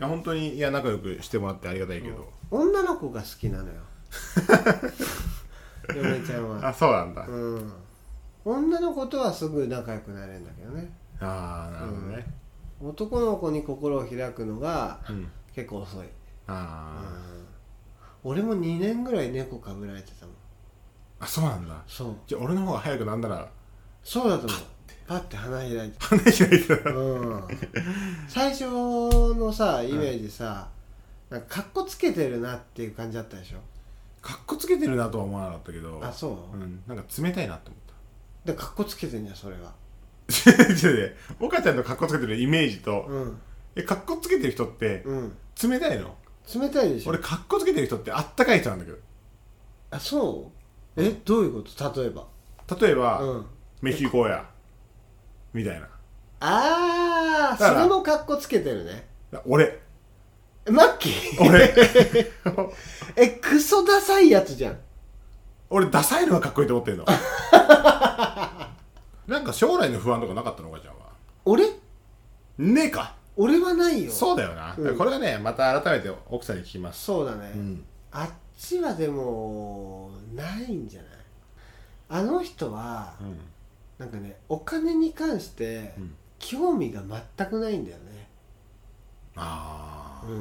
Speaker 1: や本当にいや仲良くしてもらってありがたいけど、
Speaker 2: 女の子が好きな のよ嫁ちゃんは
Speaker 1: あそうなんだ、
Speaker 2: うん女の子とはすぐ仲良くなれるんだけどね
Speaker 1: ああなるほどね、
Speaker 2: 男の子に心を開くのが
Speaker 1: うん
Speaker 2: 結構遅い、う
Speaker 1: あ
Speaker 2: ん俺も2年ぐらい猫かぶられてたもん
Speaker 1: ーあそうなんだ
Speaker 2: そう
Speaker 1: じゃあ俺の方が早くなんなら
Speaker 2: そうだと思うパッて花 開いて
Speaker 1: 花開いてた
Speaker 2: うん、最初のさイメージさ、なんかかっこつけてるなっていう感じだったでしょ
Speaker 1: かっこつけてるなとは思わなかったけど
Speaker 2: あそう、
Speaker 1: ん、なんか冷たいな って思っ
Speaker 2: でかっこつけてんじゃんそれは
Speaker 1: た違う違う岡ちゃんのかっこつけてるイメージと、
Speaker 2: うん
Speaker 1: えかっこつけてる人って
Speaker 2: うん
Speaker 1: 冷たいの
Speaker 2: 冷たいでしょ
Speaker 1: 俺かっこつけてる人ってあったかい人なんだけ
Speaker 2: あそうえどういうこと例えば
Speaker 1: ど例えば、
Speaker 2: うん
Speaker 1: 飯行こうやみたいな
Speaker 2: ああ
Speaker 1: だか
Speaker 2: そ
Speaker 1: ら
Speaker 2: れもかっこつけてるね
Speaker 1: 俺
Speaker 2: えマッキー
Speaker 1: 俺
Speaker 2: えクソダサいやつじゃん
Speaker 1: 俺ダサいのがかっこいいと思ってん のなんか将来の不安とかなかったの岡ちゃんは
Speaker 2: 俺
Speaker 1: ねえか
Speaker 2: 俺はないよ
Speaker 1: そうだよな、
Speaker 2: うん
Speaker 1: だからこれはねまた改めて奥さんに聞きます
Speaker 2: そうだね、
Speaker 1: うん
Speaker 2: あっちはでもないんじゃないあの人は、
Speaker 1: うん
Speaker 2: なんかねお金に関して
Speaker 1: うん
Speaker 2: 興味が全くないんだよね
Speaker 1: ああ
Speaker 2: うん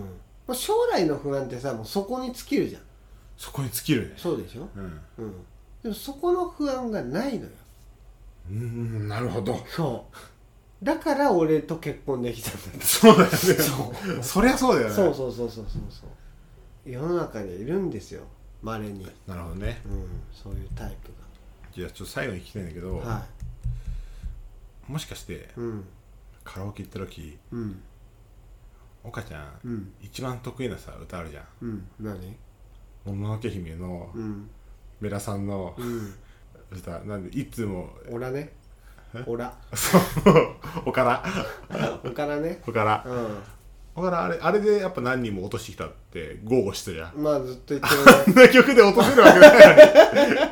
Speaker 2: まあ、将来の不安ってさもうそこに尽きるじゃん
Speaker 1: そこに尽きるね
Speaker 2: そうでしょ、
Speaker 1: うん
Speaker 2: うん、でもそこの不安がないのよ
Speaker 1: うーんなるほど
Speaker 2: そうだから俺と結婚できたんだって
Speaker 1: そうだよね
Speaker 2: そ
Speaker 1: そりゃそうだよね
Speaker 2: そうそうそうそうそうそう世の中にいるんですよまれに、うん、
Speaker 1: なるほどね
Speaker 2: そういうタイプ
Speaker 1: じゃあちょっと最後に聞きたいんだけど、
Speaker 2: がは
Speaker 1: もしかして
Speaker 2: いうん
Speaker 1: カラオケ行った時
Speaker 2: うん
Speaker 1: 岡ちゃん、
Speaker 2: うん
Speaker 1: 一番得意なさ歌あるじゃん
Speaker 2: うん何
Speaker 1: 「もののけ姫」の
Speaker 2: うん
Speaker 1: メラさんの
Speaker 2: うん
Speaker 1: 歌、なんでいつも
Speaker 2: オラねオラ
Speaker 1: そうおから
Speaker 2: オからね
Speaker 1: おから
Speaker 2: う
Speaker 1: おからあれあれでやっぱ何人も落としてきたって豪語してたじゃん
Speaker 2: んまあずっと言って
Speaker 1: こん な曲で落とせるわけないのに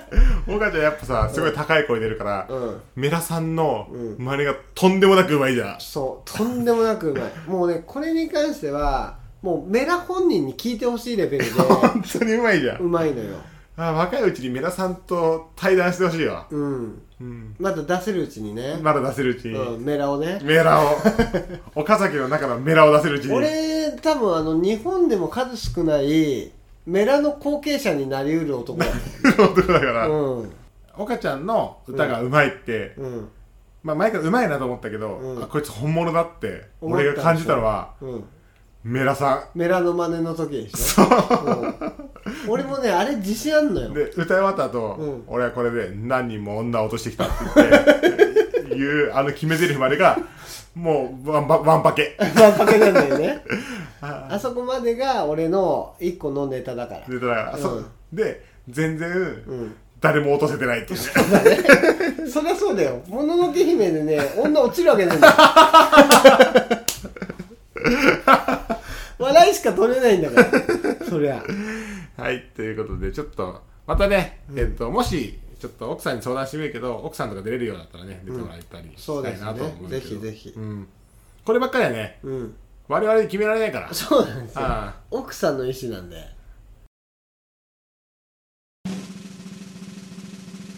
Speaker 1: 岡ちゃんやっぱさすごい高い声出るから、
Speaker 2: るうん
Speaker 1: メラさんの
Speaker 2: うん
Speaker 1: 真似がとんでもなくうまいじゃん、
Speaker 2: そうとんでもなくうまいもうねこれに関してはもうメラ本人に聞いてほしいレベルで
Speaker 1: 本当にうまいじゃん、
Speaker 2: うまいのよ
Speaker 1: あ若いうちにメラさんと対談してほしいわ、
Speaker 2: うん
Speaker 1: うん、
Speaker 2: まだ出せるうちにね、
Speaker 1: まだ出せるうちに、
Speaker 2: うん、メラをね
Speaker 1: メラ を岡崎の中のメラを出せるうちに
Speaker 2: 俺多分あの日本でも数少ないメラの後継者になりう る男だよ
Speaker 1: 男だから、
Speaker 2: うん
Speaker 1: 岡ちゃんの歌がうまいって、
Speaker 2: うん
Speaker 1: まあ、前からうまいなと思ったけど、
Speaker 2: うん
Speaker 1: あこいつ本物だって
Speaker 2: 思った
Speaker 1: 俺が感じたのは
Speaker 2: うん
Speaker 1: メラさ
Speaker 2: メラの真似の時でしょそう、ん、俺もねあれ自信あんの
Speaker 1: ん
Speaker 2: よ
Speaker 1: で歌い終わった後、
Speaker 2: うん
Speaker 1: 俺はこれで何人も女を落としてきたって言っていうあの決め台詞までがもうワンパワンパケ
Speaker 2: 万博なんだよね
Speaker 1: あ
Speaker 2: あそこまでが俺の一個のネタだから
Speaker 1: でだから、
Speaker 2: うん
Speaker 1: そうで全然、
Speaker 2: うん
Speaker 1: 誰も落とせてないっていうね
Speaker 2: そりゃそうだよもののけ姫でね女落ちるわけないんだよ 笑いしか取れないんだからそりゃ
Speaker 1: はい、ということで、ちょっと、またね、えっと、もし、ちょっと奥さんに相談してみるけど、奥さんとか出れるようだったらね、出てもらえたりし
Speaker 2: そう
Speaker 1: た
Speaker 2: で
Speaker 1: い
Speaker 2: す
Speaker 1: な
Speaker 2: ね
Speaker 1: と思うんだけど、
Speaker 2: ぜひぜひ
Speaker 1: うん。こればっかりはね、
Speaker 2: うん
Speaker 1: 我々で決められないから。
Speaker 2: そうなんですよ
Speaker 1: あ
Speaker 2: 奥さんの意思なんで
Speaker 1: あ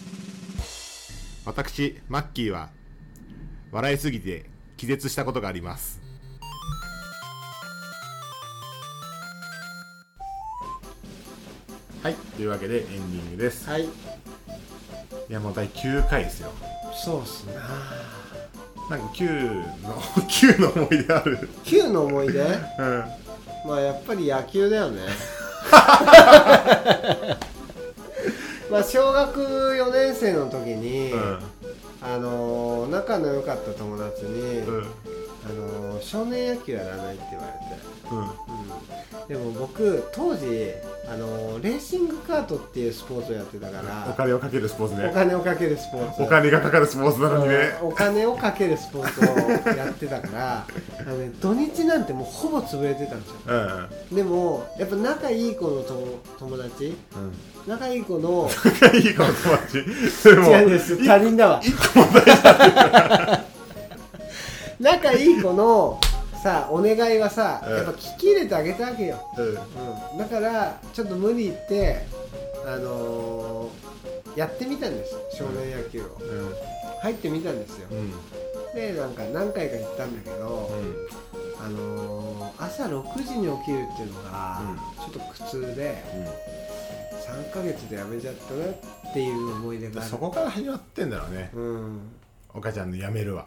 Speaker 1: 私、マッキーは、笑いすぎて気絶したことがあります。はい、というわけでエンディングです。
Speaker 2: はい
Speaker 1: いや、もう第9回ですよ。
Speaker 2: そうっすね
Speaker 1: なんか9の、9の思い出ある。
Speaker 2: Q の思い出
Speaker 1: うん。
Speaker 2: まあやっぱり野球だよねまあ小学4年生の時に、
Speaker 1: う
Speaker 2: あのー仲の良かった友達に、
Speaker 1: んうん
Speaker 2: あのー少年野球やらないって言われて
Speaker 1: うん
Speaker 2: でも僕当時あのレーシングカートっていうスポーツをやってたか
Speaker 1: お
Speaker 2: ら
Speaker 1: 金をかけるスポーツ
Speaker 2: お
Speaker 1: ね
Speaker 2: 金をかけるスポーツ
Speaker 1: お金がかかるスポーツなのにね
Speaker 2: うんお金をかけるスポーツをやってたからあの、ね、土日なんてもうほぼ潰れてたんですよ
Speaker 1: うん
Speaker 2: でもやっぱ仲いい子のと友達
Speaker 1: うん
Speaker 2: 仲いい子の
Speaker 1: 仲いいかも友達それも
Speaker 2: 違うんです他人だわ
Speaker 1: 一個もない
Speaker 2: 仲いい子のさお願いはさ
Speaker 1: うん
Speaker 2: やっぱ聞き入れてあげたわけよ
Speaker 1: うん
Speaker 2: うん、だからちょっと無理言って、あのーやってみたんです少年野球を、
Speaker 1: うん
Speaker 2: 入ってみたんですよ、
Speaker 1: うん
Speaker 2: でなんか何回か行ったんだけど、あのー朝6時に起きるっていうのがちょっと苦痛で3ヶ月でやめちゃったなっていう思い出
Speaker 1: うん
Speaker 2: がある
Speaker 1: そこから始まってんだろうね
Speaker 2: うん、
Speaker 1: お母ちゃんのやめ るわ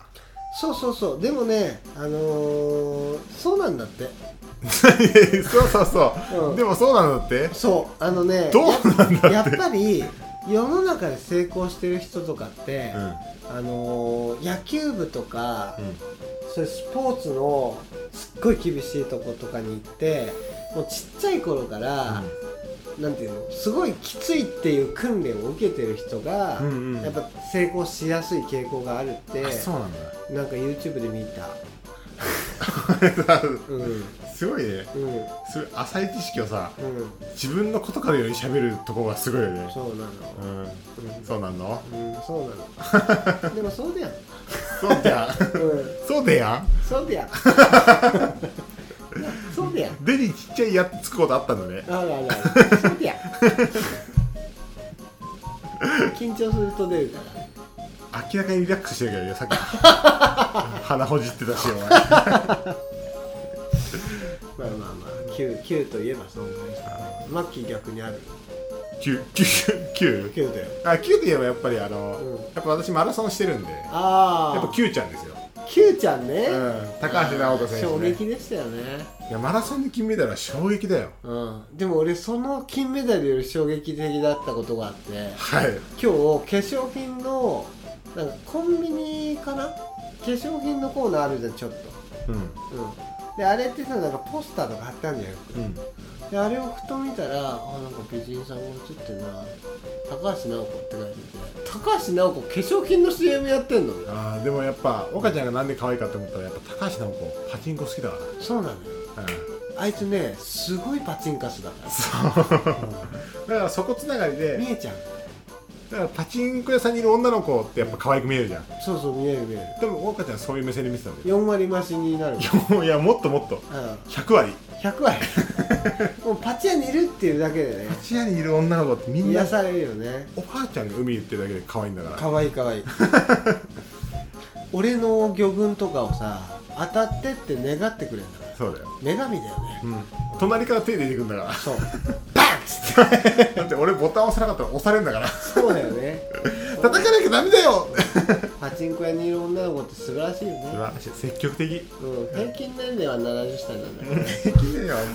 Speaker 2: そうそうそうでもね、あのーそうなんだって
Speaker 1: そうそうそう、
Speaker 2: うん
Speaker 1: でもそうなんだって
Speaker 2: そうあのね
Speaker 1: どうなんだ
Speaker 2: やっぱり世の中で成功してる人とかって、あのー野球部とか、
Speaker 1: うん
Speaker 2: そういうスポーツのすっごい厳しいとことかに行ってもうちっちゃい頃から、なんていうのすごいきついっていう訓練を受けてる人が、
Speaker 1: うんうん
Speaker 2: やっぱ成功しやすい傾向があるって
Speaker 1: あそうなんだ
Speaker 2: なんか YouTube で見たうんうん
Speaker 1: すごいね
Speaker 2: うん
Speaker 1: すごい浅い知識をさ自分のことからより喋るとこがすごいよね
Speaker 2: そうなの
Speaker 1: うん
Speaker 2: うん
Speaker 1: そうなんの
Speaker 2: うんそうな のでもそうだよ、
Speaker 1: そうだやん
Speaker 2: うん、
Speaker 1: そうだやん
Speaker 2: そ うだよそうだよ
Speaker 1: デにちっちゃいやつつくことあったんだね
Speaker 2: あらあらあら、そう や。緊張すると出るからね。
Speaker 1: 明らかにリラックス してるけどよさっき鼻ほじってたしお前
Speaker 2: 9, 9といえばそんなマッキー逆にある
Speaker 1: 9 9 9
Speaker 2: 9だよ
Speaker 1: あ9といえばやっぱりあの、
Speaker 2: うん
Speaker 1: やっぱ私マラソンしてるんでやっ
Speaker 2: ああ
Speaker 1: ぱ Q ちゃんですよ、
Speaker 2: Q ちゃんね、
Speaker 1: うん、高橋尚子選
Speaker 2: 衝
Speaker 1: 手、ね、
Speaker 2: 撃でしたよね
Speaker 1: いやマラソンで金メダルは衝撃だよ
Speaker 2: うん、でも俺その金メダルより衝撃的だったことがあって
Speaker 1: はい
Speaker 2: 今日化粧品のなんかコンビニかな化粧品のコーナーあるじゃんちょっ
Speaker 1: うん
Speaker 2: と、うん、であれってさなんかポスターとか貼ってあるじゃんよく
Speaker 1: うん
Speaker 2: であれをふと見たらあなんか美人さんが写ってるな高橋尚子って書いてて高橋尚子化粧品の CM やってんの
Speaker 1: あーでもやっぱ岡ちゃんがなんで可愛いかって思ったらやっぱ高橋尚子パチンコ好きだか
Speaker 2: そうなのよ
Speaker 1: ら、う
Speaker 2: あいつねすごいパチンカスだか
Speaker 1: ん、だからそこつながり
Speaker 2: ら
Speaker 1: で
Speaker 2: 見えちゃう
Speaker 1: だからパチンコ屋さんにいる女の子ってやっぱ可愛く見えるじゃん
Speaker 2: そうそう見える見える
Speaker 1: でも岡ちゃんそういう目線で見てたんだ
Speaker 2: 4割増しになる
Speaker 1: よいやもっともっと
Speaker 2: うん
Speaker 1: 100割
Speaker 2: 100割 もうパチ屋にいるっていうだけでね
Speaker 1: パチ屋にいる女の子ってみんな
Speaker 2: 癒されるよね
Speaker 1: おばあちゃんが海行ってるだけで可愛いんだから
Speaker 2: かわいいかわいい俺の魚群とかをさ当たってって願ってくれるんだから
Speaker 1: そうだよ、
Speaker 2: 女神だよね
Speaker 1: うん、隣から手出てくん だか
Speaker 2: そう
Speaker 1: らだって俺ボタン押さなかったら押されるんだから
Speaker 2: そうだよね
Speaker 1: 叩かなきゃ ダメだよ
Speaker 2: パチンコ屋にいる女の子って素晴らしいよ
Speaker 1: 素晴
Speaker 2: ね、
Speaker 1: らしい積極的
Speaker 2: うん、平均年齢は70歳なんだけど
Speaker 1: 平均年齢は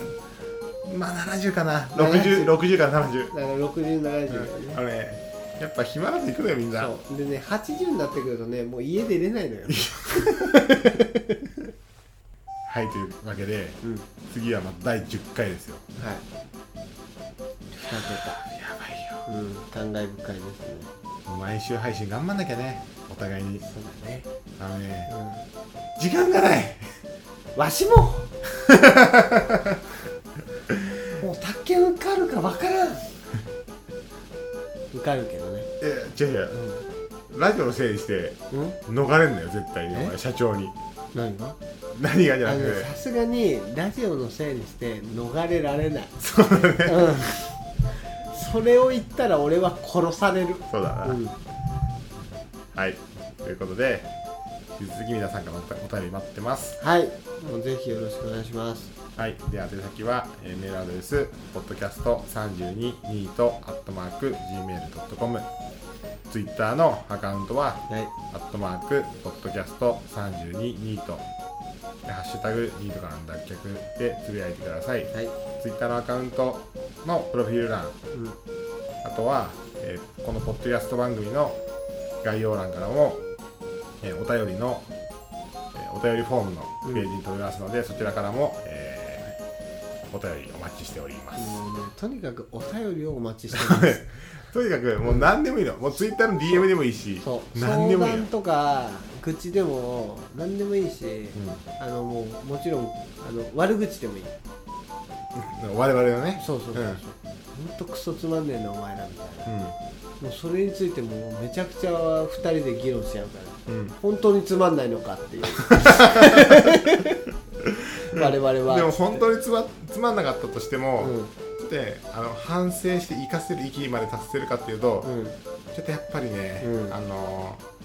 Speaker 1: まあ70かな
Speaker 2: 70
Speaker 1: 60, 60から70、
Speaker 2: だから6070だよね、
Speaker 1: あのねやっぱ暇なんて行くのよみんな
Speaker 2: そうでね80になってくるとねもう家出れないのよ、
Speaker 1: はいというわけで
Speaker 2: うん、はい
Speaker 1: 次はまあ第10回ですよ
Speaker 2: 2
Speaker 1: やばいよ
Speaker 2: 桁うん感慨深いですね
Speaker 1: 毎週配信頑張んなきゃねお互いに
Speaker 2: そうだね
Speaker 1: あのね時間がない
Speaker 2: わ しももう宅建受かるか分からん受かるけどね
Speaker 1: え違う違うラジオのせいにして
Speaker 2: うん、ん、
Speaker 1: 逃れんのよ絶対にお
Speaker 2: え
Speaker 1: 前社長に
Speaker 2: 何が
Speaker 1: 何がじゃ
Speaker 2: あ
Speaker 1: な
Speaker 2: の
Speaker 1: く
Speaker 2: ねさすがにラジオのせいにして逃れられない
Speaker 1: てそうだね
Speaker 2: うんそれを言ったら俺は殺される
Speaker 1: そうだな、
Speaker 2: うん
Speaker 1: はいということで引き続き皆さんからお便り待ってます
Speaker 2: はいもうぜひよろしくお願いします
Speaker 1: はい、では宛先は、えーメールアドレス podcast322 と gmail.com ツイッターのアカウントは
Speaker 2: はい
Speaker 1: アットマーク podcast322 とでハッシュタグニートからの脱却でつぶやいてください
Speaker 2: はい、
Speaker 1: ツイッターのアカウントのプロフィール欄
Speaker 2: うん、
Speaker 1: あとは、えーこのポッドキャスト番組の概要欄からも、えーお便りの、えーお便りフォームのページに飛びますので、そちらからも、えーお便りお待ちしております。
Speaker 2: もうねとにかくお便りをお待ちして ます
Speaker 1: とにかくもう何でもいいの、もうツイッターの DM でもいいし
Speaker 2: そう
Speaker 1: 何でも
Speaker 2: 相
Speaker 1: いいの
Speaker 2: 談、とか愚痴でも何でもいいし、あのもうもちろんあの悪口でもいい
Speaker 1: うん、我々のね
Speaker 2: そうそうそうそう、
Speaker 1: うん
Speaker 2: ほんとクソつまんねえなお前らみたいな
Speaker 1: う
Speaker 2: もうそれについてもうめちゃくちゃ2人で議論しちゃうから
Speaker 1: ん、うん、
Speaker 2: 本当につまんないのかって いう我々は
Speaker 1: でも本当につまつまんなかったとしても、
Speaker 2: うん
Speaker 1: であの反省して生かせる域まで達せるかっていうと、
Speaker 2: うん
Speaker 1: ちょっとやっぱりね、
Speaker 2: うん
Speaker 1: あのー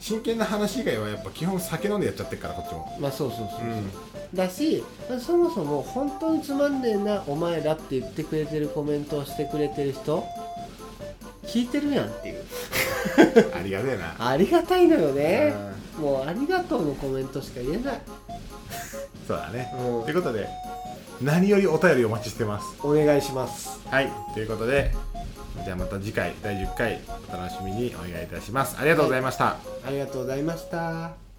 Speaker 1: 真剣な話以外はやっぱ基本酒飲んでやっちゃってるからこっちも、
Speaker 2: まあそうそうそう
Speaker 1: う
Speaker 2: そう、
Speaker 1: ん、
Speaker 2: だしそもそも本当につまんねえなお前らって言ってくれてるコメントをしてくれてる人聞いてるやんっていう
Speaker 1: ありがねえな
Speaker 2: ありがたいのよねもうありがとうのコメントしか言えない、
Speaker 1: そうだね、
Speaker 2: うん
Speaker 1: ということで何よりお便りお待ちしてます
Speaker 2: お願いします
Speaker 1: はいということでじゃあまた次回第10回お楽しみにお願いいたしますありがとうございました、
Speaker 2: ありがとうございました